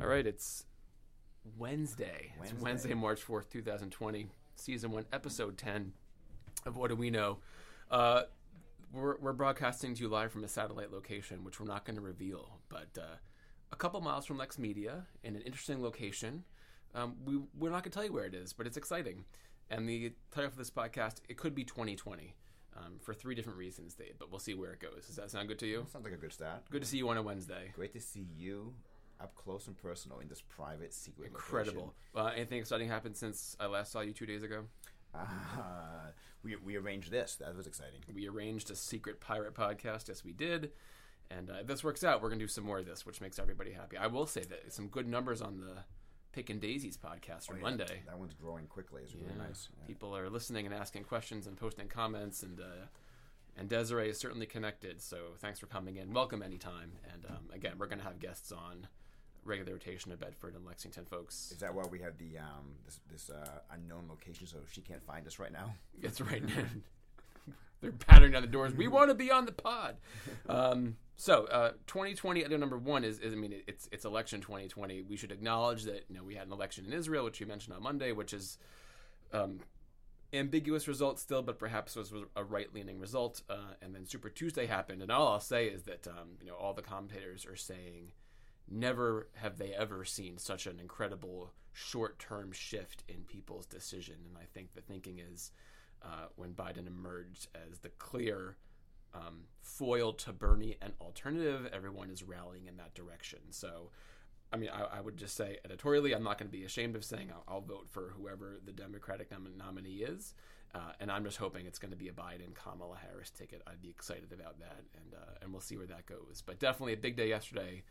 All right, it's Wednesday. It's Wednesday, Wednesday. March 4th, 2020, season 1, episode 10 of What Do We Know. Uh, we're, we're broadcasting to you live from a satellite location, which we're not going to reveal, but uh, a couple miles from Lex Media in an interesting location. Um, we, we're not going to tell you where it is, but it's exciting. And the title for this podcast, it could be 2020 um, for three different reasons, Dave, but we'll see where it goes. Does that sound good to you? Sounds like a good start. Good to see you on a Wednesday. Great to see you up close and personal in this private secret. Incredible. Uh, anything exciting happened since I last saw you two days ago? location. Uh, we we arranged this. That was exciting. We arranged a secret pirate podcast. Yes, we did. And uh, if this works out, we're going to do some more of this, which makes everybody happy. I will say that some good numbers on the Pick and Daisies podcast from Oh, Yeah, Monday. That one's growing quickly. It's really Yeah. nice. Yeah. People are listening and asking questions and posting comments, and uh, and Desiree is certainly connected. So thanks for coming in. Welcome anytime. And um, again, we're going to have guests on regular rotation of Bedford and Lexington folks. Is that why we have the um this this uh, unknown location so she can't find us right now? That's right. They're battering down the doors. We want to be on the pod. Um, so, uh, 2020 item number one is, is I mean, it's it's election 2020. We should acknowledge that you know we had an election in Israel, which you mentioned on Monday, which is um, ambiguous result still, but perhaps was, was a right leaning result. Uh, and then Super Tuesday happened, and all I'll say is that um, you know all the commentators are saying never have they ever seen such an incredible short term shift in people's decision. And I think the thinking is uh, when Biden emerged as the clear um, foil to Bernie and alternative, everyone is rallying in that direction. So, I mean, I, I would just say editorially, I'm not going to be ashamed of saying I'll, I'll vote for whoever the Democratic nom- nominee is. Uh, and I'm just hoping it's going to be a Biden Kamala Harris ticket. I'd be excited about that, and uh, and we'll see where that goes. But definitely a big day yesterday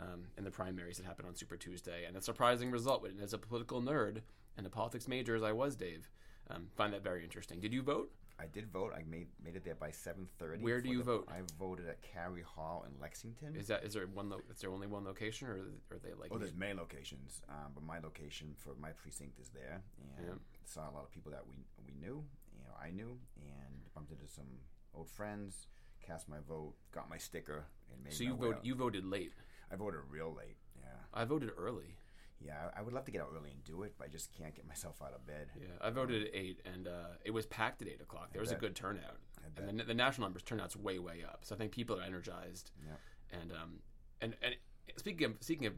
um, in the primaries that happened on Super Tuesday, and a surprising result. And as a political nerd and a politics major as I was, Dave, um, find that very interesting. Did you vote? I did vote. I made made it there by seven thirty. Where do you vote? I voted at Carey Hall in Lexington. Is that is there one? Lo- is there only one location, or are they like? Oh, there's many locations, um, but my location for my precinct is there, and Yeah. saw a lot of people that we we knew, you know, I knew, and bumped into some old friends, cast my vote, got my sticker, and made so my you way voted. out. You voted late. I voted real late. Yeah, I voted early. yeah. I I would love to get out early and do it, but I just can't get myself out of bed. Yeah, I voted at eight, and uh, it was packed at eight o'clock. There was a Oh. bet. good turnout, bet. and the, the national numbers turnout's way way up. So I think people are energized, Yep. and um, and and speaking of speaking of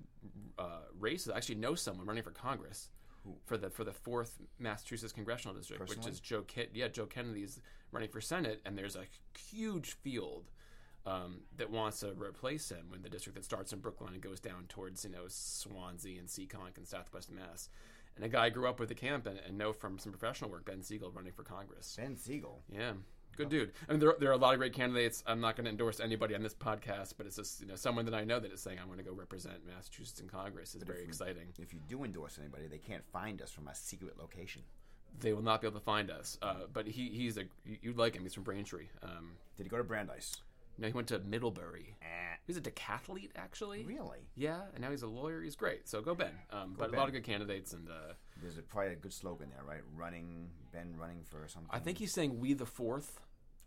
uh, races, I actually know someone running for Congress. For the for the fourth Massachusetts congressional district, which Personally? is Joe Kit, yeah, Joe Kennedy's running for Senate, and there's a huge field um, that wants to replace him when the district that starts in Brooklyn and goes down towards you know Swansea and Seekonk and Southwest Mass. And a guy I grew up with the camp and, and know from some professional work, Ben Siegel, running for Congress. Ben Siegel. Yeah, good dude. I mean, there, there are a lot of great candidates. I'm not going to endorse anybody on this podcast, but it's just you know someone that I know that is saying I want to go represent Massachusetts in Congress is very exciting. If you do endorse anybody, they can't find us from our secret location. They will not be able to find us. Uh, but he, he's a you- you'd like him. He's from Braintree. Um, Did he go to Brandeis? no, he went to Middlebury. Eh, He's a decathlete actually. really? Yeah, and now he's a lawyer. He's great. So go Ben. Um, but a Ben. lot of good candidates, and uh, There's a, probably a good slogan there, right? Running, Ben running for something. I think he's saying "We the Fourth,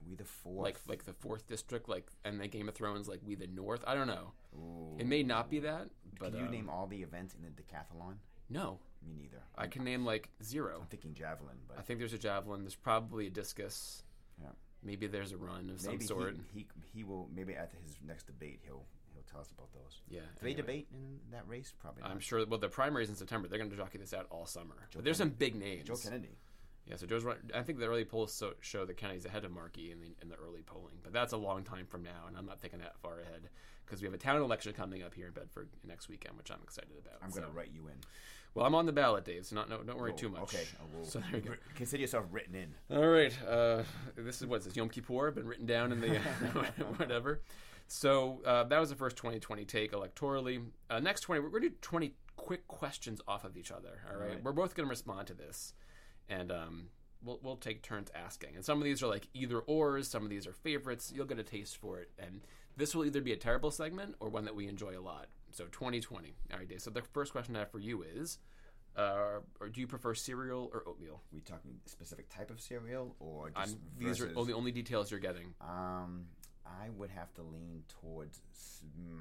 we the fourth. like like the fourth district, like and the Game of Thrones, like "We the North." I don't know. Ooh. It may not be that, but Can you um, name all the events in the decathlon? no. Me neither. I'm I can name like zero. thinking javelin, but I think there's a javelin. There's probably a discus. yeah. Maybe there's a run of maybe some sort. He, he he will maybe at his next debate he'll he'll tell us about those. yeah. Do they anyway. debate in that race? Probably. Not. I'm sure. Well, the primaries in September, they're going to jockey this out all summer. But there's some big names. Joe Kennedy. Yeah, so Joe's right. I think the early polls so, show that Kennedy's ahead of Markey in the, in the early polling, but that's a long time from now, and I'm not thinking that far ahead because we have a town election coming up here in Bedford next weekend, which I'm excited about. I'm so. gonna write you in. Well, I'm on the ballot, Dave, so not, no, don't worry too Oh, much. Okay. I will- So there you go. r- Consider yourself written in. All right. Uh, this is what's this Yom Kippur been written down in the whatever. So uh, that was the first 2020 take electorally. Uh, next 20, we're going to do 20 quick questions off of each other. All right? right. We're both going to respond to this, and um, we'll we'll take turns asking. And some of these are like either ors. Some of these are favorites. You'll get a taste for it, and this will either be a terrible segment or one that we enjoy a lot. So 2020. All right, Dave. So the first question I have for you is. Uh, or do you prefer cereal or oatmeal? We talking specific type of cereal or just These are versus- all the only details you're getting. Um, I would have to lean towards s- mm,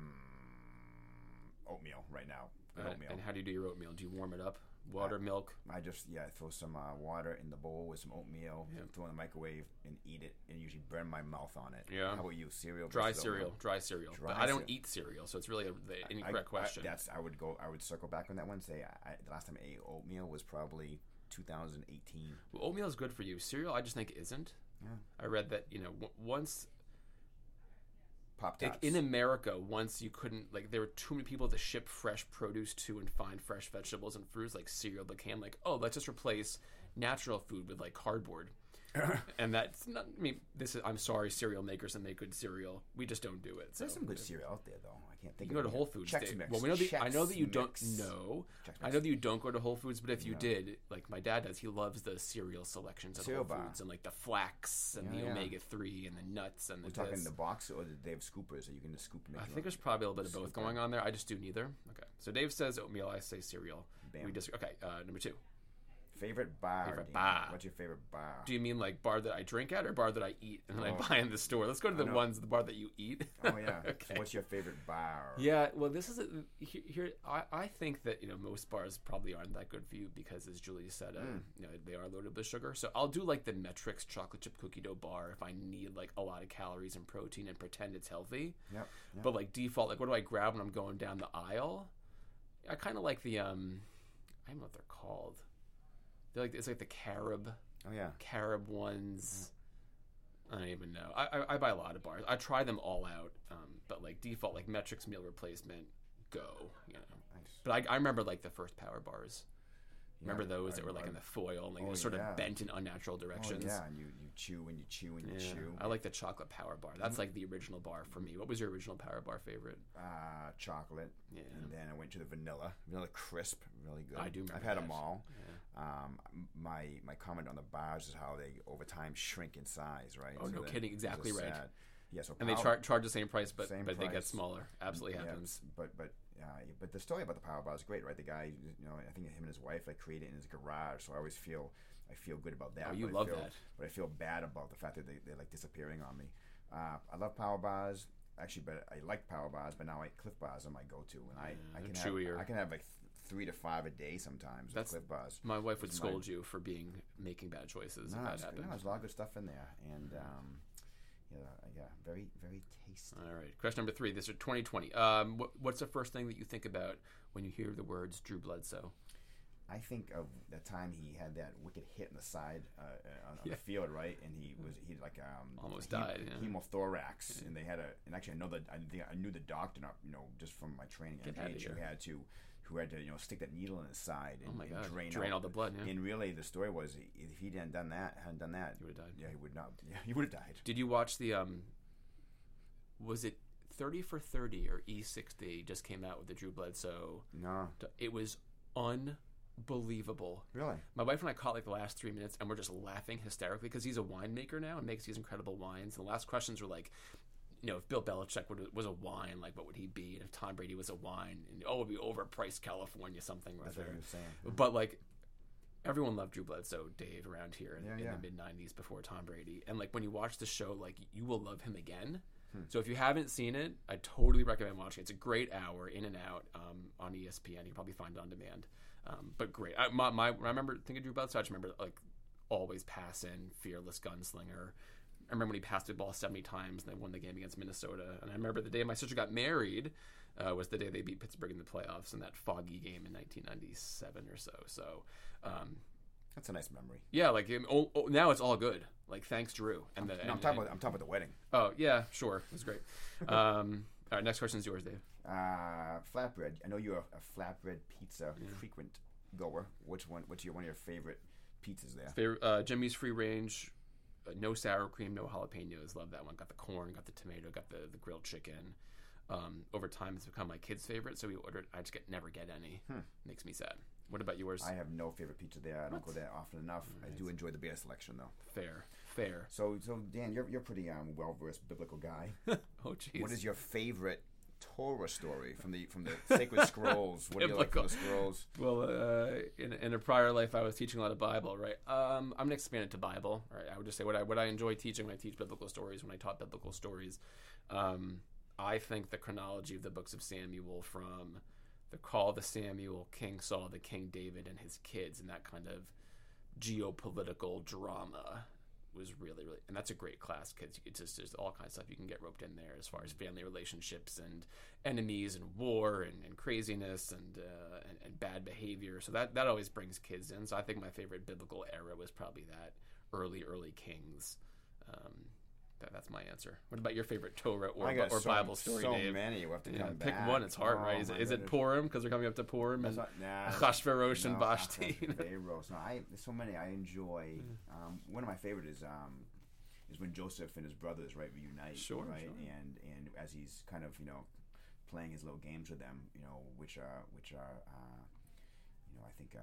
oatmeal right now. Good Uh, oatmeal. and how do you do your oatmeal? Do you warm it up? Water, milk. I just yeah, I throw some uh, water in the bowl with some oatmeal, Yeah. throw it in the microwave, and eat it. And usually burn my mouth on it. Yeah. How about you? Cereal. Dry versus oatmeal? cereal, dry cereal. but Dry I don't cereal. eat cereal, so it's really a, the I- incorrect I- question. that's I would go. I would circle back on that one. Say I, I- the last time I ate oatmeal was probably 2018. Well, oatmeal is good for you. Cereal, I just think isn't. Yeah. I read that you know w- once Pop like tarts. in America, once you couldn't like there were too many people to ship fresh produce to and find fresh vegetables and fruits. Like cereal became like oh let's just replace natural food with like cardboard. and that's not. I mean, this is. I'm sorry, cereal makers that make good cereal. We just don't do it. So. There's some good cereal out there though. I can't think. You go of to it. Whole Foods. Chex Dave. Mix. Well, we know that I know that you Chex don't Mix. know. Chex I know that you don't go to Whole Foods, but if you did, like my dad does, he loves the cereal selections at Cereal Whole bar. Foods and like the flax and Yeah, the yeah. omega three and the nuts and the. We're talking this. the box, or do they have scoopers that you can just scoop. and I make your think own? there's probably a little bit of both going on there. I just do neither. Okay, so Dave says oatmeal. I say cereal. We Bam. just okay. Uh, number two. favorite bar. Favorite Dan? bar. What's your favorite bar? Do you mean like bar that I drink at or bar that I eat and then Oh. I buy in the store? Let's go to the know. ones the bar that you eat. oh yeah. So okay. what's your favorite bar? Yeah, well, this is a, here. here I, I think that you know most bars probably aren't that good for you because, as Julie said, uh, Hmm. you know they are loaded with sugar. So I'll do like the Metrics chocolate chip cookie dough bar if I need like a lot of calories and protein and pretend it's healthy. Yep. yep. But like default, like what do I grab when I'm going down the aisle? I kind of like the um, I don't know what they're called. They're like it's like the carob oh yeah. carob ones. I don't even know. I, I, I buy a lot of bars. I try them all out, um, but like default, like metrics meal replacement, go. You know. Nice. But I, I remember like the first power bars. Yeah, remember those I- that were like I- in the foil, and like Oh, they're sort yeah. of bent in unnatural directions. Oh, yeah, and you, you chew and you chew and you Yeah. chew. Mm-hmm. I like the chocolate power bar. That's like the original bar for me. What was your original power bar favorite? uh, chocolate, Yeah. and then I went to the vanilla, vanilla crisp, really good. I do I've remember had that. them all. Um, my my comment on the bars is how they over time shrink in size, right? Oh, no that- kidding, it's exactly just right. sad. Yeah, so And they power- char- charge the same price, but Same but they get price. smaller. Absolutely yeah, happens. but but uh, but the story about the power bar is great, right? The guy, you know, I think him and his wife like created it in his garage, so I always feel I feel good about that. Oh, you but I love feel- that. but I feel bad about the fact that they, they're like disappearing on me. Uh, I love power bars. Actually, but I like power bars, but now I Cliff bars are my go-to, and I, I Mm, they're can chewier. have I can have like th- three to five a day sometimes. That's- That's Cliff bars. My wife would scold you for being making bad choices. No, if that it's- happened. no, there's a lot of good stuff in there, and um, yeah, yeah, very very tasty. All right. Question number three. This is 2020. Um, wh- what's the first thing that you think about when you hear the words Drew Bledsoe? I think of the time he had that wicked hit in the side uh, uh, on, on the field, right? And he was he had like um Almost hem- died, yeah. hemothorax, and they had a and actually I know that I think I knew the doctor, not you know just from my training at outta NGH, who here. had to who had to you know stick that needle in his side and, Oh my and God. drain, Drain out- all the blood, yeah. And really, the story was i- if he hadn't done that, hadn't done that, he would've died. Yeah, he would not. Yeah, he would have died. Did you watch the? Um, was it 30 for 30 or E60 just came out with the Drew Bledsoe? No, It was unbelievable. really. My wife and I caught like the last three minutes, and we're just laughing hysterically because he's a winemaker now and makes these incredible wines. And the last questions were like, you know, if Bill Belichick would, was a wine, like what would he be? And if Tom Brady was a wine, and oh, it would be overpriced California something or That's other. what he was saying. But like everyone loved Drew Bledsoe, Dave, around here in, Yeah, in yeah. the mid '90s before Tom Brady, and like when you watch the show, like you will love him again. So if you haven't seen it, I totally recommend watching. it. It's a great hour, in and out, um, on ESPN. You can probably find it on demand, um, but great. I, my, my, when I remember thinking of Drew Bledsoe. I just remember like always passing, fearless gunslinger. I remember when he passed the ball 70 times and they won the game against Minnesota. And I remember the day my sister got married uh, was the day they beat Pittsburgh in the playoffs in that foggy game in 1997 or so. So, um, That's a nice memory. yeah, like um, oh, oh, now it's all good. Like thanks, Drew. And the, No, I'm and- talking about I'm talking about the wedding. oh yeah, sure, it was great. Um, all right, next question is yours, Dave. Uh, flatbread. I know you're a flatbread pizza frequent goer. Which one? What's your one of your favorite pizzas there? Favorite, uh, Jimmy's free range, uh, no sour cream, no jalapenos. Love that one. Got the corn, got the tomato, got the, the grilled chicken. Um, over time, it's become my kid's favorite, so we order it. I just get never get any. Makes me sad. What about yours? Hmm. I have no favorite pizza there. I don't go there often enough. I do enjoy the beer selection though. fair, fair. So, so Dan, you're you're pretty um, well versed biblical guy. Oh jeez. what is your favorite Torah story from the from the sacred scrolls? What do you like from the scrolls? Well, uh, in, in a prior life, I was teaching a lot of Bible, right? Um, I'm gonna expand it to Bible, right? I would just say what I what I enjoy teaching when I teach biblical stories, when I taught biblical stories. Um, I think the chronology of the books of Samuel from the call the Samuel, King Saul, the King David, and his kids, and that kind of geopolitical drama was really really and that's a great class because it's just there's all kinds of stuff you can get roped in there as far Mm-hmm. as family relationships and enemies and war and, and craziness and, uh, and and bad behavior so that that always brings kids in so i think my favorite biblical era was probably that early early kings um, that, that's my answer what about your favorite torah or, I got or so, bible story so Dave? many. You have to Yeah, come pick back. one it's hard Oh, right is, my it is it goodness. purim because we're coming up to purim That's and not- nah, Achashverosh and No, Vashti. Achashverosh. No, I, there's so many I enjoy. Um, one of my favorite is um, is when Joseph and his brothers right reunite. Sure, right, sure. and and as he's kind of you know playing his little games with them, you know which are which are uh, you know I think uh,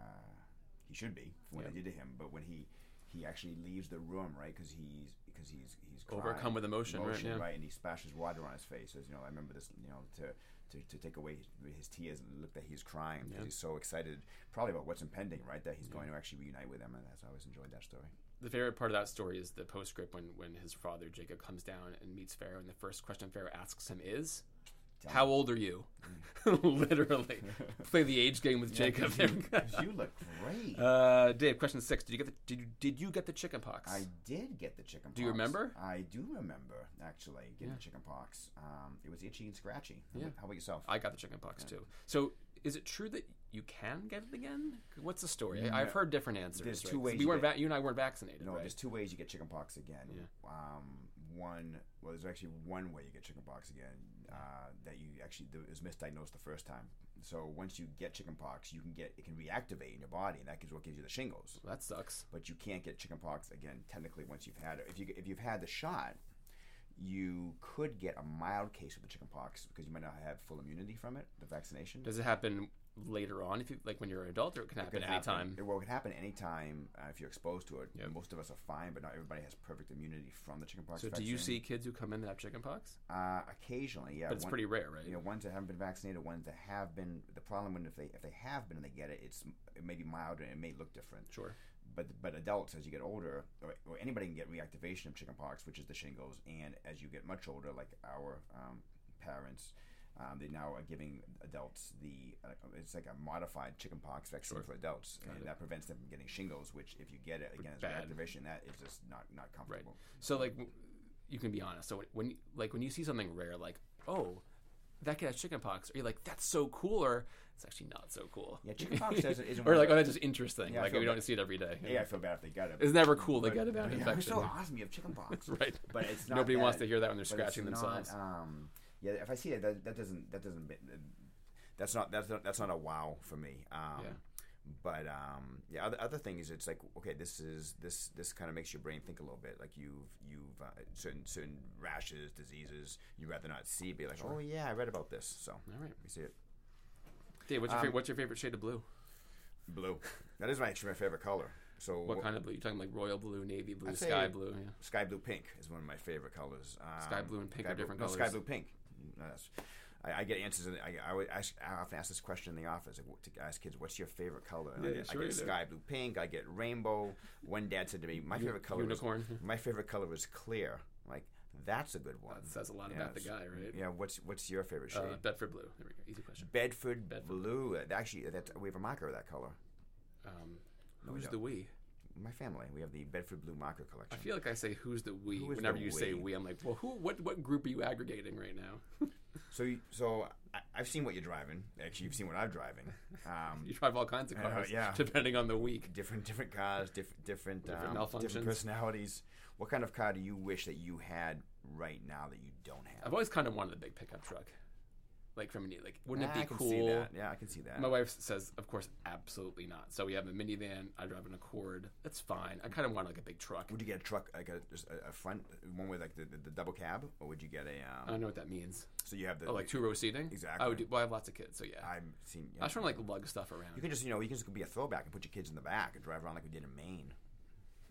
he should be for what Yeah. they did to him, but when he he actually leaves the room right because he's because he's he's crying overcome with emotion, emotion, right yeah. And he splashes water on his face. As you know, I remember this. You know, to to, to take away his tears and look that he's crying because Yeah. he's so excited, probably about what's impending, right? That he's going to actually reunite with him, and that's I always enjoyed that story. the favorite part of that story is the postscript when, when his father Jacob comes down and meets Pharaoh, and the first question Pharaoh asks him is, Tell "How old are you?" Literally, play the age game with Jacob. there. 'Cause Mm. you look great. uh, Dave, question six: Did you get the did you, did you get the chicken pox? I did get the chicken. Do you pox. remember? I do remember actually getting Yeah. the chicken pox. Um, it was itchy and scratchy. How Yeah. about- How about yourself? I got the chicken pox too. So, is it true that you can get it again? What's the story? I, I've heard different answers. There's right? two 'Cause ways We you weren't get va- you and I weren't vaccinated. No, right? there's two ways you get chickenpox again. Um, one, well, there's actually one way you get chickenpox again uh, that you actually that is misdiagnosed the first time. So once you get chickenpox, you can get it can reactivate in your body, and that is what gives you the shingles. that sucks. But you can't get chickenpox again technically once you've had it. If you if you've had the shot, you could get a mild case of the chickenpox because you might not have full immunity from it, the vaccination. Does it happen later on? If you like when you're an adult, or it can happen could happen. anytime. It, well, it can happen anytime uh, if you're exposed to it. Yep. Most of us are fine, but not everybody has perfect immunity from the chickenpox. So, do you vaccine. see kids who come in that have chicken pox? Uh, occasionally, yeah. But it's One- pretty rare, right? You know, ones that haven't been vaccinated, ones that have been. The problem when if they if they have been and they get it, it's it may be mild and it may look different. Sure. But but adults, as you get older, or, or anybody can get reactivation of chickenpox, which is the shingles, and as you get much older, like our um, parents. Um, they now are giving adults the uh, it's like a modified chickenpox vaccine for adults, and that prevents them from getting shingles. Which, if you get it again as Bad. reactivation, that is just not not comfortable. So like, w- you can be honest. So when you- like when you see something rare, like oh, that kid has chickenpox, or you're like that's so cool, or it's actually not so cool. Yeah, chickenpox is- is or one like of oh the- that's just interesting. Yeah, I like feel we bad. don't see it every day. Yeah, I feel bad if they got it. It's never cool to but- get a bad yeah, infection. It's so awesome you have chickenpox. Right. But it's not Nobody wants that- to hear that when they're but it's scratching themselves. Not, um, yeah, if I see that, that, that doesn't that doesn't be- that's not that's not, that's not a wow for me. Um, Yeah. But um, yeah, other, other thing is it's like okay, this is this this kind of makes your brain think a little bit. Like you've you've uh, certain certain rashes, diseases you would rather not see. Be like, oh yeah, I read about this. So All right, we see it Dave. What's your, um, favorite, what's your favorite shade of blue? blue. that is my actually my favorite color. So What kind of blue? You're talking like royal blue, navy blue, I'd say- sky blue. Yeah. Sky blue pink is one of my favorite colors. Um, Sky blue and pink sky are different no, colors. Sky blue pink. No, that's- I, I get answers. In, the- I, I, always ask, I often ask this question in the office like, what- to ask kids, "What's your favorite color?" And I Yeah, get, sure I you get do. sky blue pink. I get rainbow. One dad said to me, "My favorite color unicorn. is my favorite color is clear." I'm like that's a good one. That says a lot uh, Yeah, about the it's- guy, right? Yeah. What's What's your favorite shade? Uh, Bedford blue. There we go. Easy question. Bedford, Bedford. blue. Uh, Actually, that's, we have a marker of that color. Um, we who's don't. the we? My family, we have the Bedford blue marker I collection. feel like I say who's the we Who is whenever the you say we? we. I'm like, well, who? What? What group are you aggregating right now? So, you, so I, I've seen what you're driving. Actually, you've seen what I'm driving. Um, you drive all kinds of know, cars, yeah. depending on the week. different different cars, different different Different um, different malfunctions. personalities. What kind of car do you wish that you had right now that you don't have? I've always kind of wanted a big pickup truck, like from an e, like, wouldn't Ah, it be I can cool? see that. Yeah, I can see that. My wife says, of course, absolutely not. So we have a minivan. I drive an Accord. That's fine. I kind of want like a big truck. would you get a truck like a, just a, a front one with like the, the, the double cab, or would you get a? I Um, don't know what that means. so you have the. Oh, like two row seating. Exactly. I would. Do, well, I have lots of kids, so yeah. I, I'm seeing. You, was trying to like lug stuff around. you can just you know you can just be a throwback and put your kids in the back and drive around like we did in Maine.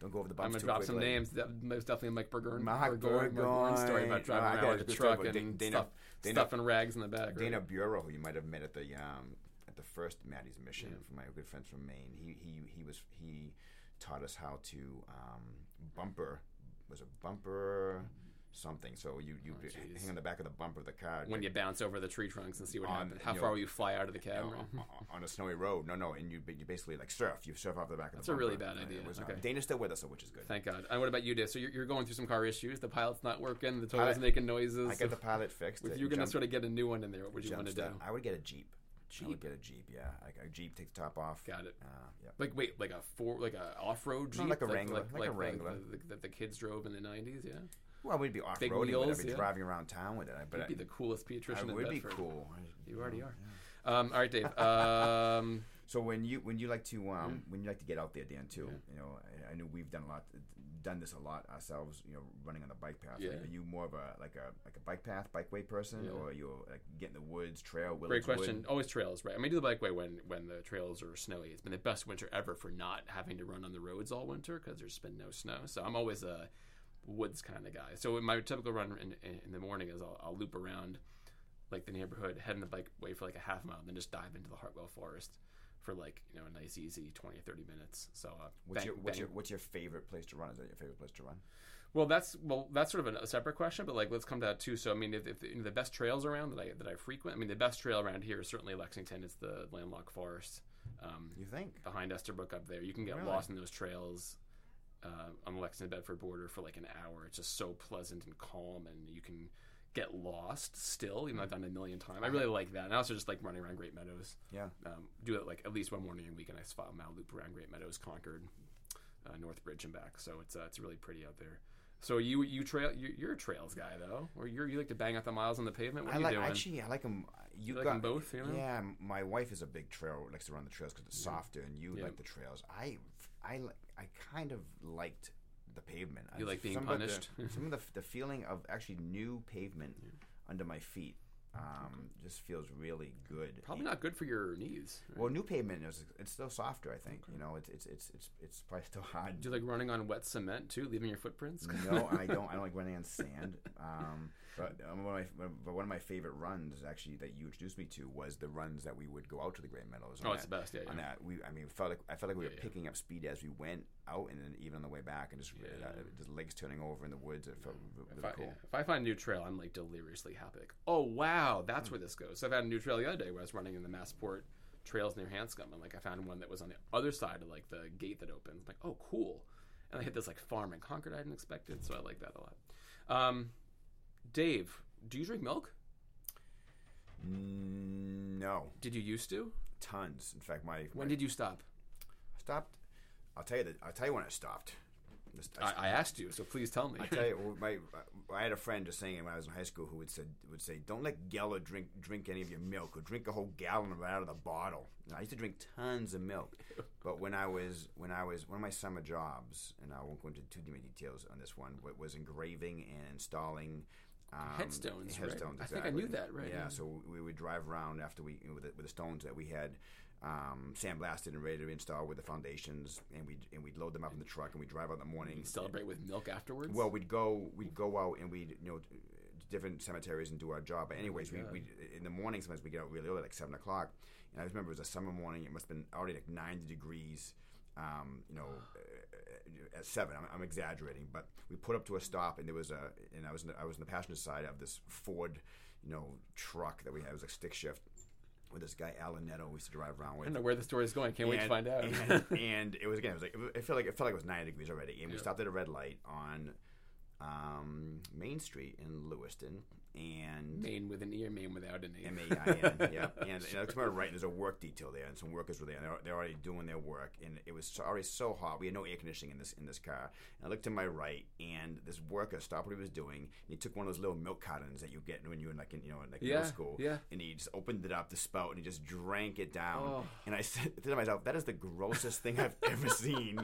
don't go over the I'm gonna bumps too drop quickly. some names. That most definitely Mike Burger Mike Burgoyne. story about Oh, I driving got around a with a good story truck about Dan- and Dana- stuff, Dana- stuff and rags in the back. right? Dana Bureau, who you might have met at the um, at the first Maddie's mission from my good friends from Maine. He he he was he taught us how to um, bumper was a bumper something. So you you Oh, jeez. hang on the back of the bumper of the car When you bounce over the tree trunks and see what On- happens, how you far know, will you fly out of the you cab? Oh, know, on- on a snowy road. No, no, and you you basically like surf. You surf off the back of That's the. a really bumper. bad And idea. It was, uh, Okay. Dana's still with us, which is good. Thank God. And what about you, Dave? So you're, you're going through some car issues. The pilot's not working. The Pilot- toy's making noises. I So got the pilot fixed. uh, if it you're going to jumped- sort of get a new one in there, what would you want to do? jumped up. I would get a jeep. I would Jeep. get a jeep. Yeah, like a jeep take the top off. Got it. Uh, yeah. Like wait, like a four, like a off-road No, jeep, like a Wrangler, like a the- Wrangler. the- the- that the kids drove in the '90s. Yeah, Well, we'd be off Big roading. but I'd wheels, be yeah. driving around town with it. I- But you'd I, be the coolest pediatrician I in would be Bedford. cool. Oh, You already are. Um, all right, Dave. Um, So when you when you like to um, when you like to get out there, Dan, too. You know, I, I know we've done a lot, done this a lot ourselves. You know, running on the bike path. Yeah. Are you more of a like a like a bike path, bikeway person, Yeah. or are you like get in the woods, trail? great Willard's question. Wood? Always trails, right? I mean, do the bikeway when when the trails are snowy. It's been the best winter ever for not having to run on the roads all winter because there's been no snow. So I'm always a woods kind of guy. So my typical run in, in, in the morning is I'll, I'll loop around like the neighborhood, head in the bikeway for like a half mile, and then just dive into the Hartwell Forest for like you know a nice easy 20 or 30 minutes. So uh, What's bang- your what's bang- your what's your favorite place to run? Is that your favorite place to run? Well, that's well, that's sort of a separate question, but like let's come to that too. So, I mean, if, if the, you know, the best trails around that I that I frequent, I mean, the best trail around here is certainly Lexington. It's the landlocked forest um, You think? behind Esterbrook up there. You can get Really? lost in those trails uh, on the Lexington Bedford border for like an hour. It's just so pleasant and calm, and you can get lost still. Even though I've done it a million times. I really like that, and I also just like running around Great Meadows. Yeah. Um, do it like at least one morning a week, and I spot mile loop around Great Meadows, Concord, uh, Northbridge, and back. So it's uh, it's really pretty out there. So you you trail you, you're a trails guy though, or you you like to bang out the miles on the pavement. What I are you like doing? actually. I like them. You, You like got 'em both, you know? Yeah, m- my wife is a big trail likes to run the trails because it's softer, and you Yeah. like the trails. I, I, li- I kind of liked the pavement. You I- like being some of the- punished? some of the, f- the feeling of actually new pavement under my feet um, just feels really good. Probably not good for your knees. right? Well, new pavement is it's still softer. I think you know it's it's it's it's it's probably still hard. Do you like running on wet cement too, leaving your footprints? no, I don't. I don't like running on sand. Um, but um, one of my but one of my favorite runs actually that you introduced me to was the runs that we would go out to the Great Meadows. on Oh, it's the that- best. Yeah, yeah. On that, we I mean, felt like I felt like we were Yeah, yeah. picking up speed as we went out, and then even on the way back, and just uh, just legs turning over in the woods. It felt re- Mm. If really I, cool. if I find a new trail, I'm like deliriously happy. Like, oh wow, Hmm. that's where this goes. So I found a new trail the other day where I was running in the Massport trails near Hanscom, and like I found one that was on the other side of like the gate that opens. I'm like, oh cool. And I hit this like farm in Concord I didn't expect it, so I like that a lot. Um, Dave, do you drink milk? Mm, No, Did you used to? tons. In fact, my When did you stop? I stopped. I'll tell you that. I'll tell you when I stopped. This- I I, I asked you, so please tell me. I tell you, well, my I had a friend just saying when I was in high school who would said would say, "Don't let Geller drink drink any of your milk, or drink a whole gallon of it out of the bottle." Now, I used to drink tons of milk, but when I was when I was one of my summer jobs, and I won't go into too many details on this one, wa- was engraving and installing. Um, Headstones, right? headstones, I think I exactly. knew that, right, Yeah, yeah. so we would drive around after we with the, with the stones that we had um, sandblasted and ready to install with the foundations, and we and we'd load them up in the truck, and we would drive out in the morning. Celebrate with milk afterwards. Well, we'd go we'd go out and we'd you know t- different cemeteries and do our job. But anyways, we we in the morning sometimes we get out really early, like seven o'clock. And I just remember it was a summer morning. It must have been already like ninety degrees. Um, you know, uh, at seven. I'm, I'm exaggerating, but we put up to a stop, and there was a and I was in the, I was in the passenger side of this Ford, you know, truck that we had. It was like stick shift with this guy Alan Netto. We used to drive around I with. don't know where the story is going. Can't wait to And- find out. And, and it was again. It was like it was- it felt like it felt like it was ninety degrees already, and we stopped at a red light on um, Main Street in Lewiston, and Maine with an ear, Maine without an ear. M A I N, yeah. And, and I looked to my right, and there's a work detail there, and some workers were there, and they're, they're already doing their work, and it was so, already so hot. We had no air conditioning in this in this car. And I looked to my right, and this worker stopped what he was doing, and he took one of those little milk cartons that you get when you're in like in, you know in like Yeah, middle school, yeah. and he just opened it up the spout and he just drank it down. Oh. And I said to myself, that is the grossest thing I've ever seen.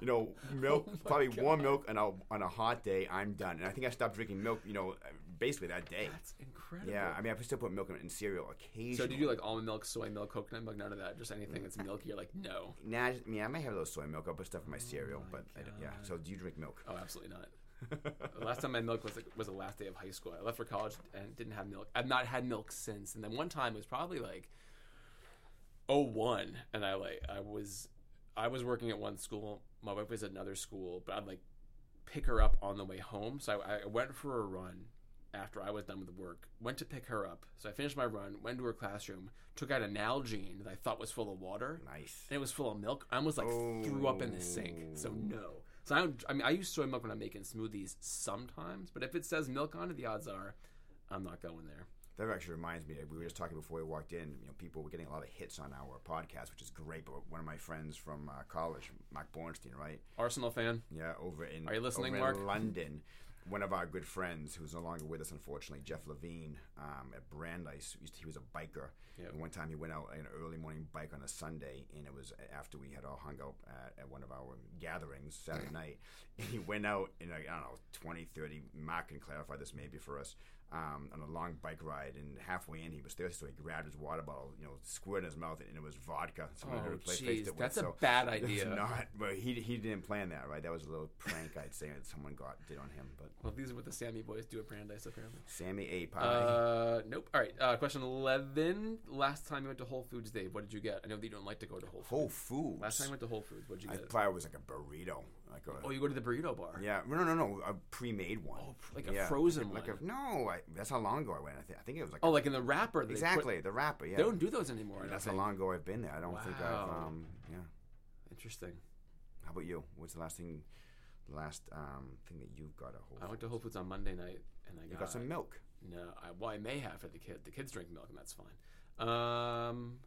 You Oh know, milk, probably warm milk on a on a hot day. I'm done. And I think I stopped drinking milk. You know, basically that day. That's incredible. Yeah, I mean, I still put milk in, in cereal occasionally. So did you like almond milk, soy milk, coconut milk, none of that? Just anything that's milky? You're like, no. Nah, I just- I mean, I might have a little soy milk. I'll put stuff in my cereal, but I don't- yeah. So do you drink milk? Oh, absolutely not. The last time I had milk was like, was the last day of high school. I left for college and didn't have milk. I've not had milk since. And then one time it was probably like oh one, and I like I was I was working at one school. My wife was at another school, but I'd like pick her up on the way home. So I, I went for a run after I was done with work, went to pick her up. So I finished my run, went to her classroom, took out a Nalgene that I thought was full of water, Nice. and it was full of milk. I almost like threw up in the sink. Oh. So no. So I, don't, I mean, I use soy milk when I'm making smoothies sometimes, but if it says milk on it, the odds are I'm not going there. That actually reminds me. We were just talking before we walked in. You know, people were getting a lot of hits on our podcast, which is great. But one of my friends from uh, college, Mark Bornstein, right? Arsenal fan. Yeah, over in Are you listening, over in Mark? London. One of our good friends, who's no longer with us, unfortunately, Jeff Levine um, at Brandeis. Used to- he was a biker. Yep. And one time he went out on an early morning bike on a Sunday, and it was after we had all hung out at, at one of our gatherings Saturday night. And he went out in, like, I don't know, 20, 30, Mark can clarify this maybe for us, um, on a long bike ride. And halfway in, he was thirsty, so he grabbed his water bottle, you know, squirted in his mouth, and it was vodka. So we had to Oh, jeez, replace- replaced it with- that's a so bad it was idea. not, but he he didn't plan that, right? That was a little prank I'd say that someone got did on him. But Well, these are what the Sammy boys do at Brandeis, apparently. Sammy A. Pie. Uh, nope. All right. Uh, question 11. Last time you went to Whole Foods, Dave, what did you get? I know that you don't like to go to Whole Foods. Whole Foods. Last time I went to Whole Foods, what'd you I get? probably was like a burrito, like a Oh, you go to the burrito bar. yeah, no, no, no, a pre-made one, Oh, pr- like a Yeah, frozen like one. a no. I, that's how long ago I went. I, think I think it was like Oh, like in the wrapper. they put- exactly the wrapper. Yeah, they don't do those anymore. I don't that's how think. long ago I've been there. I don't think I've. Wow. Um, yeah. Interesting. How about you? What's the last thing? The last um, thing that you've got a whole. I went to Whole Foods on Monday night, and I You got, got some milk. No, I, well, I may have for the kid. The kids drink milk, and that's fine. Um,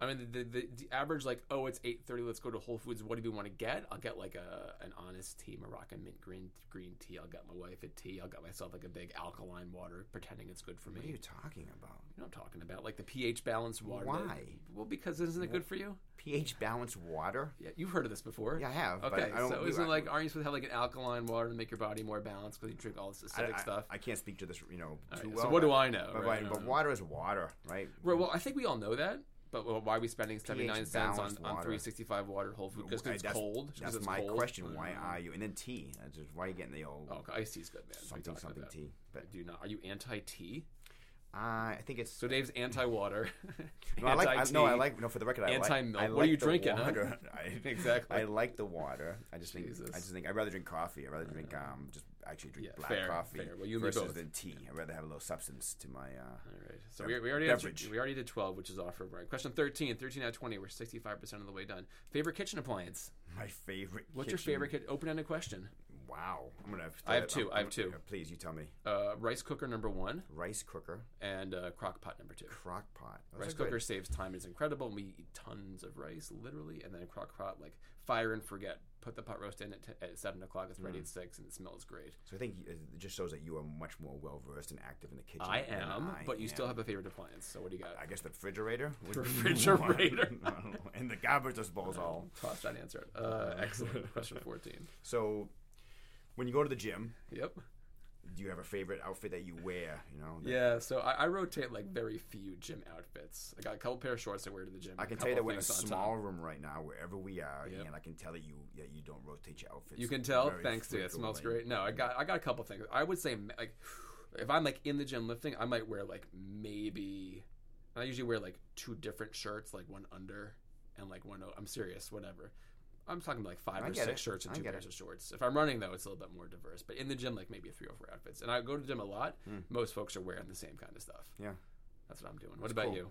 I mean, the, the, the average like, oh, it's eight thirty. Let's go to Whole Foods. What do we want to get? I'll get like a an honest tea, Moroccan mint green green tea. I'll get my wife a tea. I'll get myself like a big alkaline water, pretending it's good for me. What are You you talking about? know what I'm talking about? Like the pH balanced water. Why? Well, because isn't it good for you? pH balanced water. Yeah, you've heard of this before. Yeah, I have. Okay, but I don't, so we- isn't it I- like aren't you supposed to have like an alkaline water to make your body more balanced because you drink all this acidic I, stuff? I, I can't speak to this, you know, too Alright, well. so what do I know? But, right? um, but- but water is water, right? Right, well, I think we all know that, but well, why are we spending seventy nine cents on, balanced on water. three sixty five water Whole Foods? Just I- because it's that's, cold. Just 'cause That's it's my cold? question. Mm. Why are you? And then tea. That's just, why are you getting the old Oh, okay, iced tea's good, man. What are you something talking something about? tea? But Do you not? Are you anti tea? uh, I think it's. So Dave's anti water. no, I like. I, no, I like. No, for the record, I like. anti-milk. I What like are you the drinking, huh? Water. I, Exactly. I like the water. I just think. Jesus. I just think. I'd rather drink coffee. I'd rather drink. Um, just actually drink Yeah, black fair, coffee fair. Well, you and me versus both. than tea. I'd rather have a little substance to my. Uh, All right. So Bev- we, we already answered, beverage. we already did twelve, which is off for right. Question 13, 13 out of twenty. We're sixty five percent of the way done. Favorite kitchen appliance? my favorite. What's kitchen- your favorite kit- open ended question? Wow. I'm gonna. Have to I have two, I have two. Please, you tell me. Uh, rice cooker number one Rice cooker, and uh, crock pot number two. crock pot. Those Rice are good. cooker saves time. It's incredible. and We eat tons of rice, literally, and then crock pot, like fire and forget. Put the pot roast in at, t- at seven o'clock. It's Mm. ready at six, and it smells great. So I think it just shows that you are much more well versed and active in the kitchen. I than am, I um, but you still am. have a favorite appliance. So what do you got? I guess the refrigerator. would be Refrigerator. one. and the garbage disposal. Um, Toss that answer. out. Uh, excellent. Question fourteen. So, when you go to the gym, Yep. do you have a favorite outfit that you wear? You know. that- Yeah. So I, I rotate like very few gym outfits. I got a couple pair of shorts I wear to the gym. I can a tell you that couple we're in a things on top. small room right now, wherever we are, Yep. and I can tell that you that you don't rotate your outfits. You can tell very thanks to it. It smells frequently. great. No, I got I got a couple things. I would say like if I'm like in the gym lifting, I might wear like maybe I usually wear like two different shirts, like one under and like one o- I'm serious, whatever. I'm talking like five I or get six it. shirts and I two get pairs of shorts. If I'm running though, it's a little bit more diverse. But in the gym, like maybe three or four outfits. And I go to the gym a lot. Most folks are wearing the same kind of stuff. Hmm. Yeah. That's what I'm doing. What about cool. you?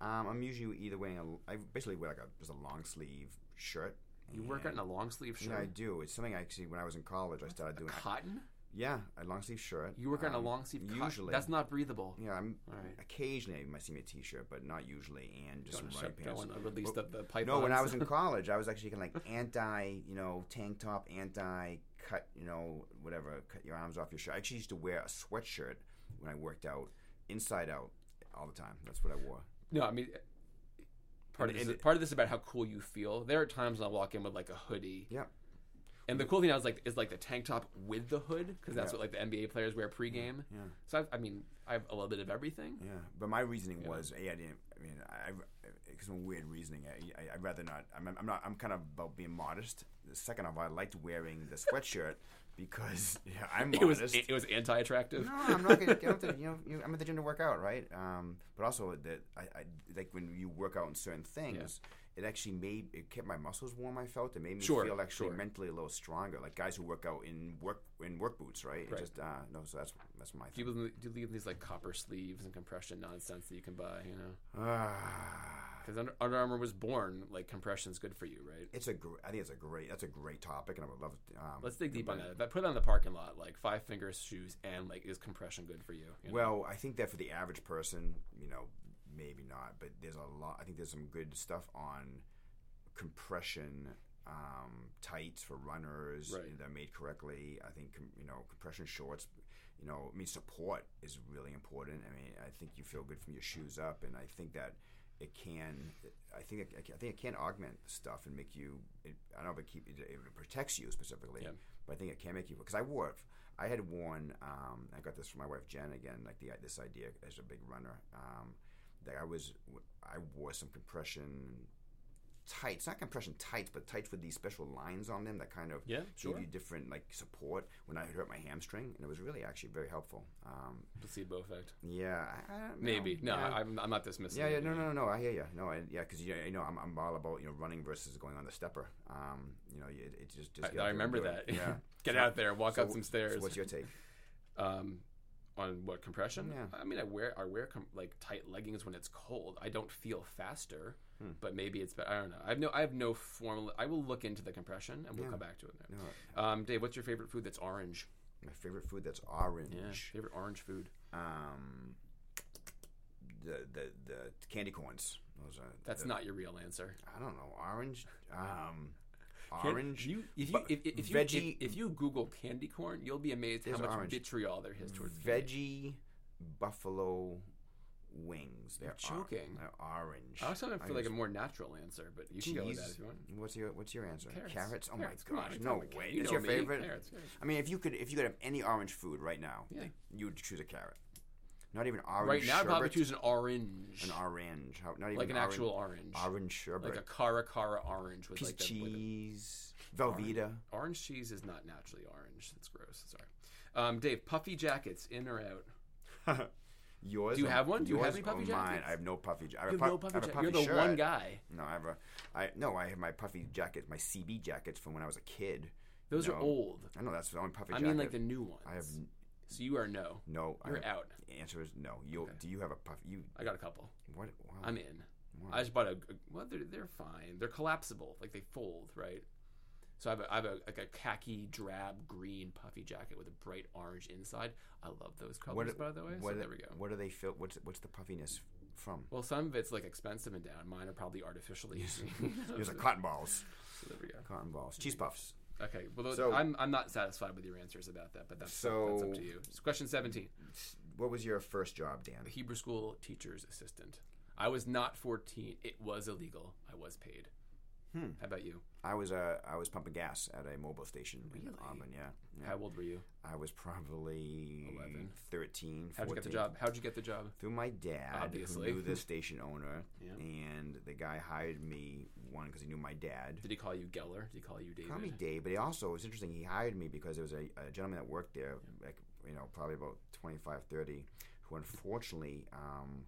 Um, I'm usually either wearing a. I basically wear like a just a long sleeve shirt. You work out in a long sleeve shirt, Yeah, I do. It's something I actually when I was in college I started doing. cotton. Yeah, a long sleeve shirt. You work out in a Um, long sleeve. Usually, usually. that's not breathable. Yeah, I'm All right. occasionally you might see me a t-shirt, but not usually, and just Don't some shut- running don't pants. want to release Well, the, the pipe. No, when I was in college, I was actually kind of like anti, you know, tank top, anti cut, you know, whatever, cut your arms off your shirt. I actually used to wear a sweatshirt when I worked out, inside out, all the time. That's what I wore. No, I mean, part of And- this, and- is, part of this is about how cool you feel. There are times when I walk in with like a hoodie, Yeah, and the cool thing I was like is like the tank top with the hood because that's Yeah. what like the NBA players wear pregame. yeah. So I've, I mean, I have a little bit of everything. Yeah, but my reasoning was, a I didn't. I mean, I, I some weird reasoning. I, I, I'd rather not. I'm, I'm not. I'm kind of about being modest. The second of all, I liked wearing the sweatshirt because yeah, I'm It was modest. it, was anti-attractive. no, I'm not gonna. I don't think- you know, you, I'm at the gym to work out, right? Um, but also that I, I like when you work out in certain things, it actually made it kept my muscles warm. I felt it made me Sure, feel actually sure. mentally a little stronger. Like guys who work out in work in work boots, right? It Right. just uh, no, so that's that's my Do thing. you believe, do you believe in these like copper sleeves and compression nonsense that you can buy? You know, Ah. because Under, Under Armour was born like compression's good for you, right? It's a gr- I think it's a great that's a great topic, and I would love. Um, Let's dig deep on that. If I put it on the parking lot, like five fingers shoes, and like is compression good for you? you know? Well, I think that for the average person, you know, maybe not, but there's a lot. I think there's some good stuff on compression um, tights for runners Right. that are made correctly. I think com- you know compression shorts. You know, I mean, support is really important. I mean, I think you feel good from your shoes up, and I think that it can. I think it, I think it can augment stuff and make you. It, I don't know if it keep it, it protects you specifically, Yeah. but I think it can make you because I wore it. I had worn. Um, I got this from my wife Jen again. Like the this idea as a big runner. Um, that I was I wore some compression tights, not compression tights, but tights with these special lines on them that kind of Yeah, sure. give you different like support. When I hurt my hamstring, and it was really actually very helpful. Um, placebo effect. yeah, I, I don't know. Maybe no, yeah. I, I'm, I'm not dismissing. yeah, it. yeah, no, no, no, no. I hear you. No, I, yeah, because you, you know, I'm, I'm all about you know running versus going on the stepper. Um, you know, it, it just just. I- I, get out there and remember do it. that. Yeah. Get So- out there, walk so up some wh- stairs. So what's your take? um, on what compression? Yeah. I mean, I wear I wear com- like tight leggings when it's cold. I don't feel faster, Hmm. but maybe it's. But I don't know. I have no. I have no formal. I will look into the compression, and we'll Yeah. come back to it. There. No, Um, Dave, what's your favorite food that's orange? my favorite food that's Yeah, orange. favorite orange food. Um, the the the candy corns. Those are That's not your real answer. I don't know. Orange. Um, Can- orange. You, if you, but if, if, if you veggie- if, if you Google candy corn, you'll be amazed how There's much orange. vitriol there is towards candy. veggie buffalo wings. They're You're or- joking. they're orange. I also feel I like a just- more natural answer, but you can go with that Cheese. if you want. What's your What's your answer? Carrots. Carrots. Oh Carrots, come my on, gosh! it's No not like- way. you That's know your me, favorite. carrots, carrots. I mean, if you could if you could have any orange food right now, Yeah. you would choose a carrot. Not even orange. Right now, I'd sherbet, probably choose an orange, an orange. How, not even like an orange, actual orange, orange like sherbet. a cara cara orange with piece like of the, with the- cheese. Velveeta. orange cheese is not naturally orange. That's gross. Sorry, um, Dave. Puffy jackets, in or out? Yours. Do you or- have one? Do you have yours any puffy or mine? jackets? I have no puffy. ja- I You have pu- no I puffy have a jacket. puffy You're the one shirt. guy. No, I have a. I no, I have my puffy jackets, my CB jackets from when I was a kid. Those No. are old. I know that's the only puffy I jacket. mean, like the new ones. I have so you are no. no. I You're have- out. The answer is no. You do you have a puff? You I got a couple. what? Wow. I'm in. I just bought a. Well, they're they're fine. They're collapsible. Like they fold, right? So I have a, I have a like a khaki drab green puffy jacket with a bright orange inside. I love those colors, by the way. what- so there we go. What do they feel? What's what's the puffiness from? Well, some of it's like expensive and down. Mine are probably artificially. so It was like cotton balls. there we go. Cotton balls. Cheese puffs. Okay. Well, those, So- I'm I'm not satisfied with your answers about that, but that's that's up So- to you. It's question seventeen. What was your first job, Dan? A Hebrew school teacher's assistant. I was not 14. It was illegal. I was paid. Hmm. How about you? I was uh, I was pumping gas at a mobile station in Really? Auburn. Yeah. yeah. How old were you? I was probably 11. 13, 14. How'd you get the job? How'd you get the job? Through my dad, Obviously. who knew the station owner, Yeah. and the guy hired me one because he knew my dad. Did he call you Geller? Did he call you David? Probably Dave, but he also it was interesting. He hired me because there was a, a gentleman that worked there, like you know, probably about 25, 30, who unfortunately um,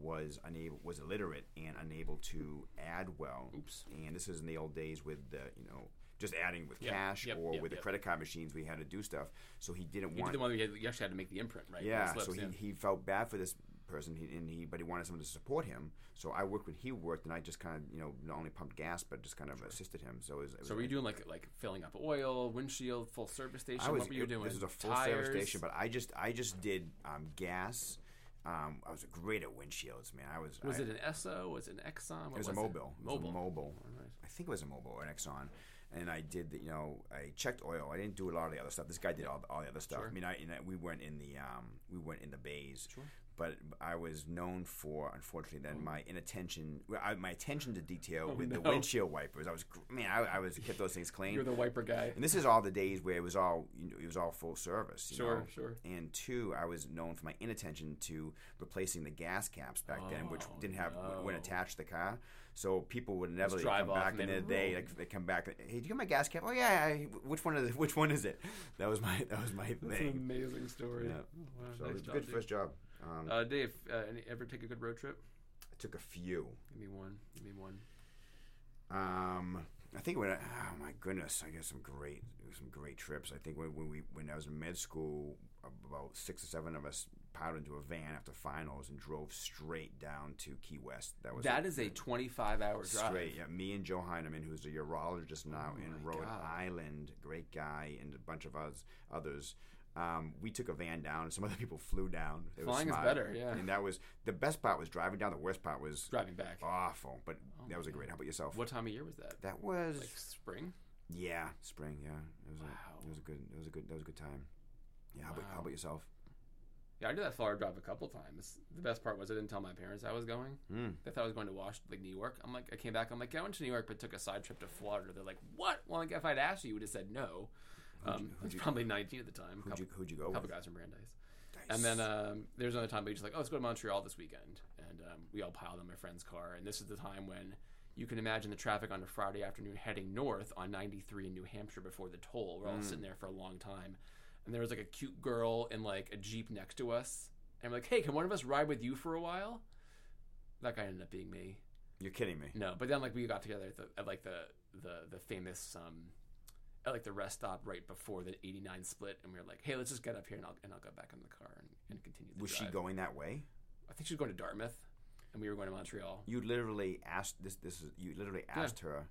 was unable, was illiterate and unable to add well. Oops. And this is in the old days with the you know just adding with Yeah, cash yep, or yep, with the yep. credit card machines. We had to do stuff, so he didn't You want. did the one where you had- you actually had to make the imprint, right? Yeah, The so slips, he, yeah. he felt bad for this person, he, and he but he wanted someone to support him. So I worked when he worked, and I just kind of you know not only pumped gas but just kind of assisted him. So it was, it was So were you doing like like filling up oil, windshield, full service station? I was what were you it- doing? This was a full service station, but I just I just did um, gas. Um, I was great at windshields, man. I was was I, it an Esso? Was it an Exxon? What it was, a mobile. It was a Mobile. mobile. right. I think it was a mobile or an Exxon. And I did, the, you know, I checked oil. I didn't do a lot of the other stuff. This guy did all, all the other stuff. I mean, I, and I we weren't in the um, we weren't in the bays. Sure. But I was known for, unfortunately, then my inattention, well, I, my attention to detail with the Oh. no. windshield wipers. I was, gr- man, I, I was kept those things clean. You're the wiper guy. And this is all the days where it was all you know, it was all full service. You Sure, know? sure. And two, I was known for my inattention to replacing the gas caps back then, which Oh, didn't have no. weren't attached to the car. So people would never drive come off back and in they- the day. Like, they come back. Hey, did you get my gas cap? Oh yeah. I, which one is it? Which one is it? That was my that was my That's an thing. amazing story. Yeah. Oh, wow, So it nice was a job, good dude. first job. Um, Uh, Dave, uh, any, ever take a good road trip? I took a few. Give me one. Give me one. Um, I think when I, oh my goodness, I got some great some great trips. I think when, when we when I was in med school, about six or seven of us piled into a van after finals and drove straight down to Key West. That was That is a 25 hour drive. Straight, yeah. Me and Joe Heineman, who's a urologist now Oh my in Rhode God. Island, great guy, and a bunch of us others. Um, we took a van down. Some other people flew down. It was Flying is smart. better, yeah. And that was the best part was driving down. The worst part was Driving back. awful. But Oh that was a great. How about yourself? What time of year was that? That was Like spring? yeah, spring. Yeah, it was. Wow. A, it was a good. It was a good. That was a good time. Yeah. How, about, Wow. how about yourself? Yeah, I did that Florida drive a couple times. The best part was I didn't tell my parents I was going. Mm. They thought I was going to Wash like New York. I'm like, I came back. I'm like, yeah, I went to New York, but took a side trip to Florida. They're like, what? Well, like, if I'd asked you, you would have said no. Um, I was probably 19 at the time. Who'd couple, you oh. Who'd you go couple with? guys from Brandeis. Nice. And then um, there was another time we just like, oh, let's go to Montreal this weekend, and um, we all piled in my friend's car. And this is the time when you can imagine the traffic on a Friday afternoon heading north on 93 in New Hampshire before the toll. We're all sitting there for a long time, and there was like a cute girl in like a jeep next to us, and we're like, hey, can one of us ride with you for a while? That guy ended up being me. You're kidding me. No, but then like we got together at, the, at like the the the famous um at like the rest stop right before the 89 split and we were like, "Hey, let's just get up here and I'll and I'll go back in the car and, and continue the Was she drive." going that way? I think she was going to Dartmouth and we were going to Montreal. You literally asked this. This is you literally asked her,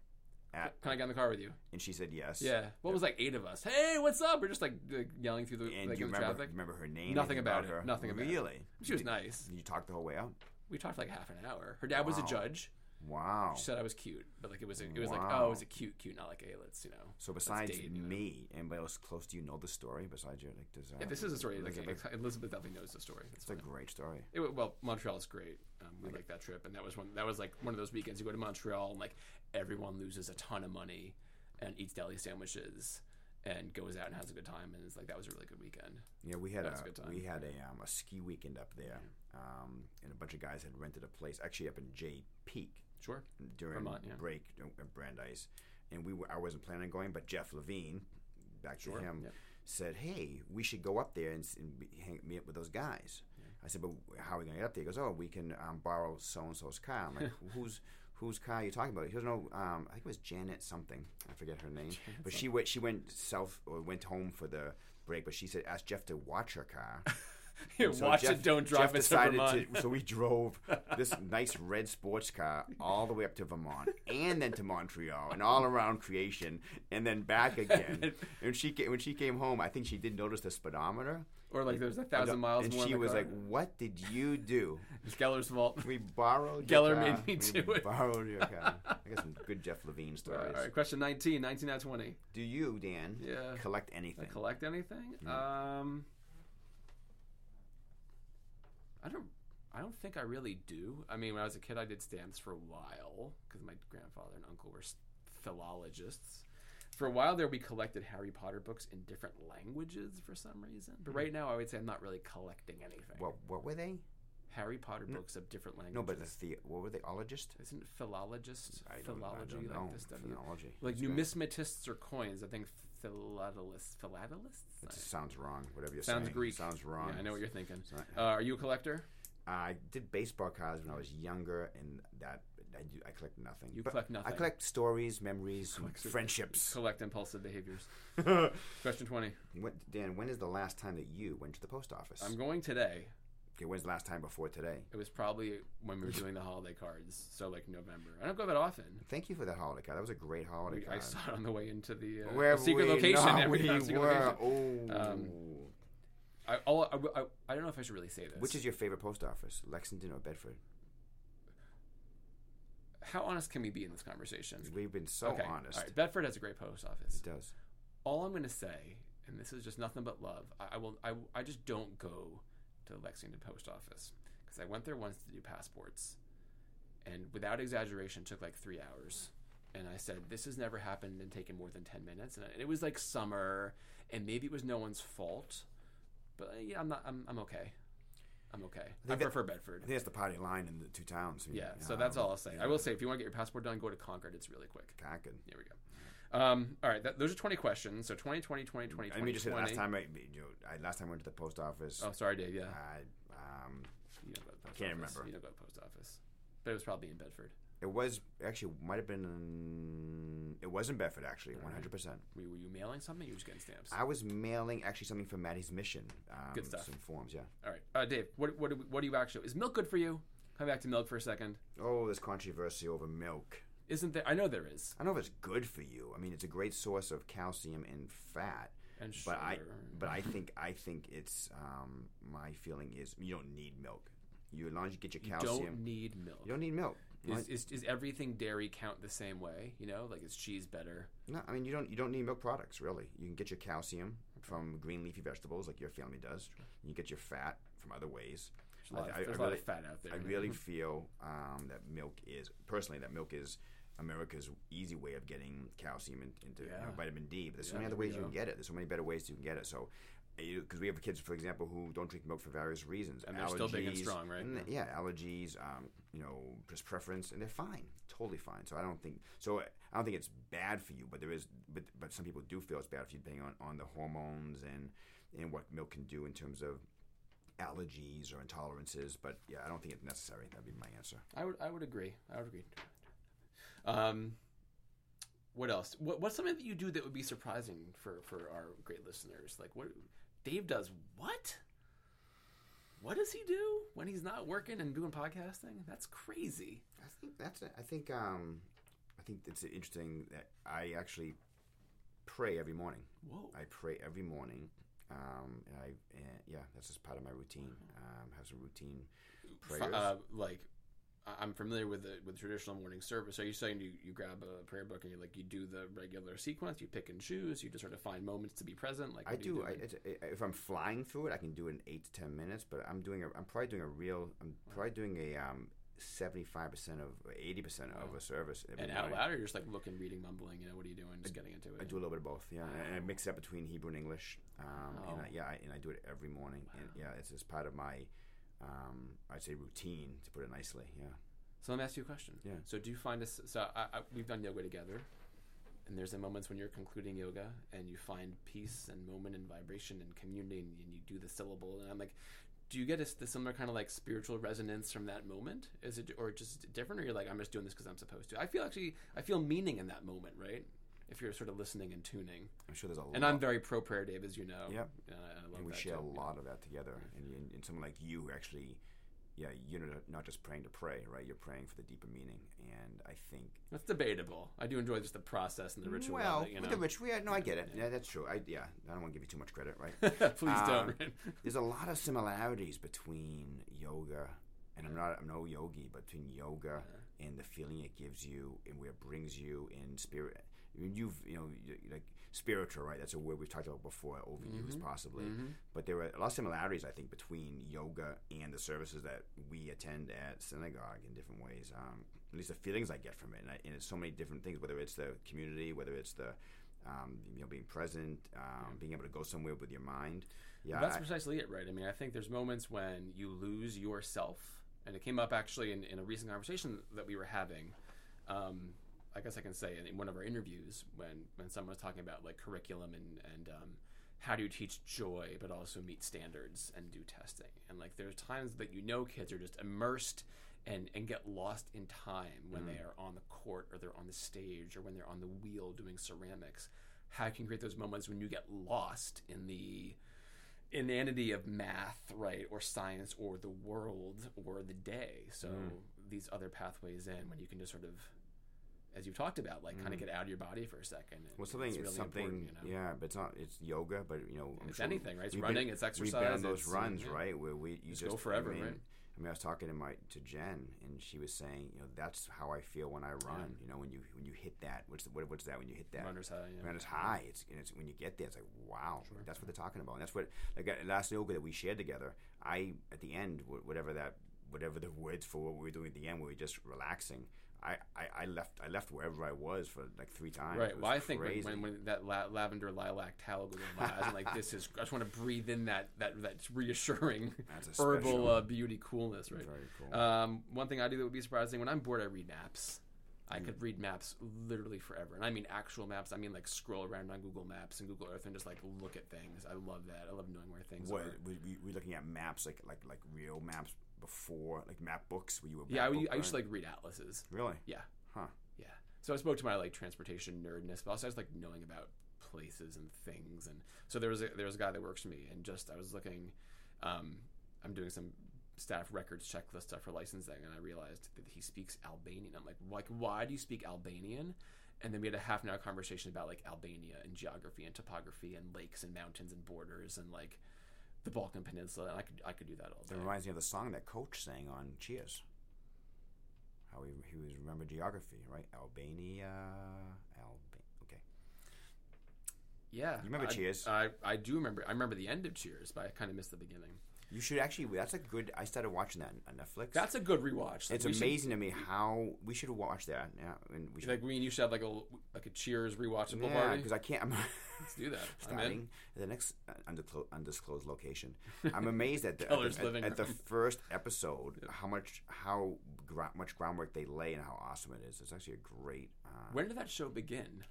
at, Can I get in the car with you? and she said Uh, yes. Yeah. What was like 8 of us? "Hey, what's up?" We're just like, like yelling through the And like you in the remember traffic. remember her name? Nothing anything about her. it, nothing about it. Really? She was nice. You talked the whole way up. We talked like half an hour. Her dad was a Wow. judge. Wow. She said I was cute, but like it was it was like, Wow. "Oh, it was a cute cute, not like, hey, let's, you know." So besides dated, you know. me, anybody else close to you know the story? Besides you, like does that? Yeah, this is a story like Elizabeth, Elizabeth definitely knows the story. It's it's a great story. It, wa- well, Montreal is great. Um, we like that trip, and that was one. That was like one of those weekends you go to Montreal, and like everyone loses a ton of money, and eats deli sandwiches, and goes out and has a good time, and it's like that was a really good weekend. Yeah, we had That's a, a good time. we had a um, a ski weekend up there, um, and a bunch of guys had rented a place actually up in Jay Peak Sure. during Vermont, yeah. break at Brandeis, and we were, I wasn't planning on going, but Jeff Levine, back Sure, to him, yep. said, "Hey, we should go up there and, s- and be- hang, meet up with those guys." I said, "But how are we going to get up there?" He goes, "Oh, we can um, borrow so and so's car." I'm like, "Who's?" Whose car are you talking about? He goes, no, um, I think it was Janet something. I forget her name. but she went, she went south or went home for the break. But she said, asked Jeff to watch her car. And so Watch Jeff- it, don't drive Jeff it to decided Vermont. to- so we drove this nice red sports car all the way up to Vermont, and then to Montreal, and all around creation, and then back again. and she ca- when she came home, I think she did notice the speedometer. or like there's a thousand miles and more. in she the was car. like, "What did you do? it's Geller's fault. We borrowed Geller your car. made me we do it." Borrowed your car. I got some good Jeff Levine All stories. right, all right, question 19, 19 out of 20. Do you, Dan, Yeah. collect Did anything? I collect anything? Um, I don't. I don't think I really do. I mean, when I was a kid, I did stamps for a while because my grandfather and uncle were s- philologists. For a while there, we collected Harry Potter books in different languages for some reason. But right Mm-hmm. now, I would say I'm not really collecting anything. what what were they? Harry Potter books of different languages. No, but the, the what were they? Ologist? isn't it philologist I don't, philology I don't know. like this stuff? Philology. Like It's great. numismatists or coins. I think philatelists. Philatelists. It just sounds wrong. Whatever you're Sounds saying. Greek. Sounds wrong. Yeah, I know what you're thinking. not- Uh, are you a collector? I did baseball cards when I was younger, and that I, do, I collect nothing. You collect nothing. I collect stories, memories, and stories. friendships. Collect impulsive behaviors. what, Question 20. Dan, when is the last time that you went to the post office? I'm going today. okay, when's the last time before today? It was probably when we were doing the holiday cards, so like November. I don't go that often. Thank you for that holiday card. That was a great holiday We, I card. saw it on the way into the uh, Where the secret we, location. no, that we we found secret were. location. Oh. Um, I, all, I, I- I don't know if I should really say this. Which is your favorite post office, Lexington or Bedford? how honest can we be in this conversation? We've been so okay. honest. All right. Bedford has a great post office. It does. All I'm going to say, and this is just nothing but love, I, I will. I, I just don't go to the Lexington post office because I went there once to do passports, and without exaggeration, it took like three hours. And I said, "This has never happened and taken more than ten minutes." And it was like summer, and maybe it was no one's fault, but uh, yeah, I'm not. I'm, I'm okay. I'm okay. I, that- prefer I Bedford. think that's the party line in the two towns. Yeah. So that's all I'll say. I will say, if you want to get your passport done, go to Concord. It's really quick. Concord. There we go. Um, all right, that, those are 20 questions. So 2020, 2020, Let me just say, the 2020. last time I, you know, I last time I went to the post office. eh? Oh, sorry, Dave. Yeah, I um, you don't go to the post Can't office. remember. You don't go to the post office, but it was probably in Bedford. It was actually might have been. in- It was in Bedford actually, one hundred percent. Were you, were you mailing something? You were just getting stamps. I was mailing actually something for Maddie's mission. Um, Good stuff. Some forms, yeah. All right, uh, Dave. What what do, we- what do you actually? Is milk good for you? Come back to milk for a second. Oh, there's controversy over milk. Isn't there? I know there is. I don't know if it's good for you. I mean, it's a great source of calcium and fat. And sugar. But I, but I think I think it's um, my feeling is you don't need milk. You as long as you get your calcium, don't need milk. you don't need milk. is, is, is everything dairy count the same way? You know, like is cheese better? No, I mean you don't you don't need milk products really. You can get your calcium from green leafy vegetables like your family does. You get your fat from other ways. There's a lot, I- I- of, there's I a lot really- of fat out there. I really feel um, that milk is personally that milk is America's easy way of getting calcium in, into you know, Yeah. vitamin D. But there's so Yeah, many other there we ways you go. can get it. There's so many better ways you can get it. So. Because we have kids, for example, who don't drink milk for various reasons, And they're still big and Allergies, strong, right? and- yeah, allergies, um, you know, just preference, and they're fine, totally fine. So I don't think so. I don't think it's bad for you, but there is, but but some people do feel it's bad for you, depending on, on the hormones and and what milk can do in terms of allergies or intolerances. But yeah, I don't think it's necessary. That'd be my answer. I would I would agree. I would agree. Um, what else? What, what's something that you do that would be surprising for for our great listeners? Like what Dave does? What? What does he do when he's not working and doing podcasting? That's crazy. I think that's it. I think um, I think it's interesting that I actually pray every morning. Whoa. I pray every morning. Um, and I and yeah, that's just part of my routine. Um, have some routine Mm-hmm. F- prayers. Uh, like I- I'm familiar with the with traditional morning service. Are you saying you, you grab a prayer book and you like you do the regular sequence? You pick and choose. You just sort of find moments to be present. Like I what you do. I, doing? it's, I, if I'm flying through it, I can do it in eight to ten minutes. But I'm doing. A, I'm probably doing a real. I'm probably doing a um, seventy-five percent of eighty percent of a service. every and out morning. loud, or you're just like looking, reading, mumbling. You know, what are you doing? Just getting into it. I do a little bit of both. Yeah, and- and I mix it up between Hebrew and English. Um, And I, Wow. yeah, I, and I do it every morning. And yeah, it's just part of my. Um, I'd say routine to put it nicely. Yeah. So let me ask you a question. Yeah. So do you find us? So I, I, we've done yoga together, and there's the moments when you're concluding yoga and you find peace and moment and vibration and community, and, you do the syllable. And I'm like, do you get a, the similar kind of like spiritual resonance from that moment? Is it or just different? Or you're like, I'm just doing this because I'm supposed to. I feel actually, I feel meaning in that moment, right? If you're sort of listening and tuning, I'm sure there's a lot. and I'm very pro prayer, Dave, as you know. Yep. And I, and I love and we that share too. a lot of that together. And, and, and someone like you who actually, yeah, you're not- not just praying to pray, right? You're praying for the deeper meaning. And I think That's debatable. I do enjoy just the process and the ritual. of Well, it, you with know? the rich, yeah, no, I get it. Yeah, that's true. I yeah, I don't want to give you too much credit, right? Please Um, don't. Right? There's a lot of similarities between yoga, and I'm not I'm no yogi, but between yoga and the feeling it gives you and where it brings you in spirit. I mean, you've you know you- like spiritual, right? That's a word we've talked about before, overused Mm-hmm. possibly. But there are a lot of similarities, I think, between yoga and the services that we attend at synagogue in different ways. Um, at least the feelings I get from it, and, I, and it's so many different things. Whether it's the community, whether it's the um, you know being present, um, being able to go somewhere with your mind. Yeah, That's I- precisely it, right? I mean, I think there's moments when you lose yourself, and it came up actually in, in a recent conversation that we were having. Um, I guess I can say in one of our interviews when when someone was talking about like curriculum and and um, how do you teach joy, but also meet standards and do testing, and like there's times that you know kids are just immersed. And, and get lost in time Mm. when they are on the court or they're on the stage or when they're on the wheel doing ceramics. How can you create those moments when you get lost in the inanity of math, right, or science, or the world, or the day. So Mm. these other pathways in when you can just sort of, as you've talked about, like kind of get out of your body for a second. and Mm. Well, something it's it's, really something, important, you know? yeah, but it's not it's yoga, but you know, I'm It's sure anything, right? It's we've running, it's We've been exercise, on those it's, uh, runs, yeah. right, where we you just, go forever, I mean, right? I mean, I was talking to my to Jen, and she was saying, you know, that's how I feel when I run. You know, when you when you hit that, what's the, what, what's that when you hit that? runner's high. Yeah. And it's high. It's and it's when you get there, it's like wow, that's what they're talking about. And that's what like uh, last yoga that we shared together. I at the end, wh- whatever that, whatever the words for what we were doing at the end, we were just relaxing. I, I, I left I left wherever I was for like three times. It Right. was Well, I think when, crazy. when, when that la- lavender lilac towel goes over my eyes, I'm like, this is. I just want to breathe in that that that's reassuring That's a herbal special- uh, beauty coolness, right? Very cool. Um, one thing I do that would be surprising when I'm bored, I read maps. I Mm. could read maps literally forever, and I mean actual maps. I mean like scroll around on Google Maps and Google Earth and just like look at things. I love that. I love knowing where things What are. we, we, we're looking at maps like like like real maps before, like map books? Were you a Yeah, I, map u- book I used to guy? like read atlases. really Yeah. huh Yeah. So I spoke to my like transportation nerdness, but also I was like knowing about places and things. And so there was a, there was a guy that works for me, and just I was looking. Um, I'm doing some staff records checklist stuff for licensing, and I realized that he speaks Albanian. I'm like, like why do you speak Albanian? And then we had a half an hour conversation about like Albania and geography and topography and lakes and mountains and borders and like the Balkan Peninsula. And I could I could do that all That day. reminds me of the song that Coach sang on Cheers. How he, he was remember geography, right? Albania, Alba- Okay, Yeah, You remember I- Cheers? I, I do remember. I remember the end of Cheers, but I kind of missed the beginning. you should actually. That's a good. I started watching that on Netflix. That's a good rewatch. Like, it's we should- amazing to me how we should watch that. Yeah, and we should. like we and you should have like a like a Cheers rewatchable yeah, party. because I can't. I'm Let's do that. I'm in. starting at the next uh, undisclo- undisclosed location. I'm amazed at the, at, Keller's the, at, living at the room. first episode how much how gra- much groundwork they lay and how awesome it is. It's actually a great uh, When did that show begin?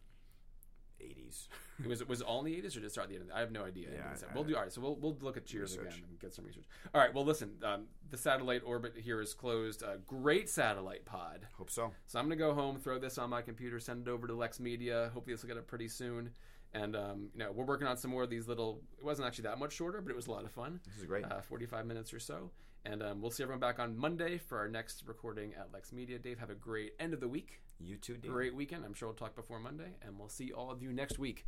80s. It was it was all in the eighties or did it start at the end? Of the, I have no idea. Yeah, It's- I- we'll I- do all right. So we'll we'll look at Cheers Research. again and get some research. All right. Well, listen. Um, the satellite orbit here is closed. Uh, great satellite pod. Hope so. So I'm gonna go home, throw this on my computer, send it over to Lex Media. Hopefully this will get up pretty soon. And um, you know we're working on some more of these little. It wasn't actually that much shorter, but it was a lot of fun. This is great. uh, 45 minutes or so. And um, we'll see everyone back on Monday for our next recording at Lex Media. Dave, have a great end of the week, You too, Dan. great weekend. I'm sure we'll talk before Monday, and we'll see all of you next week.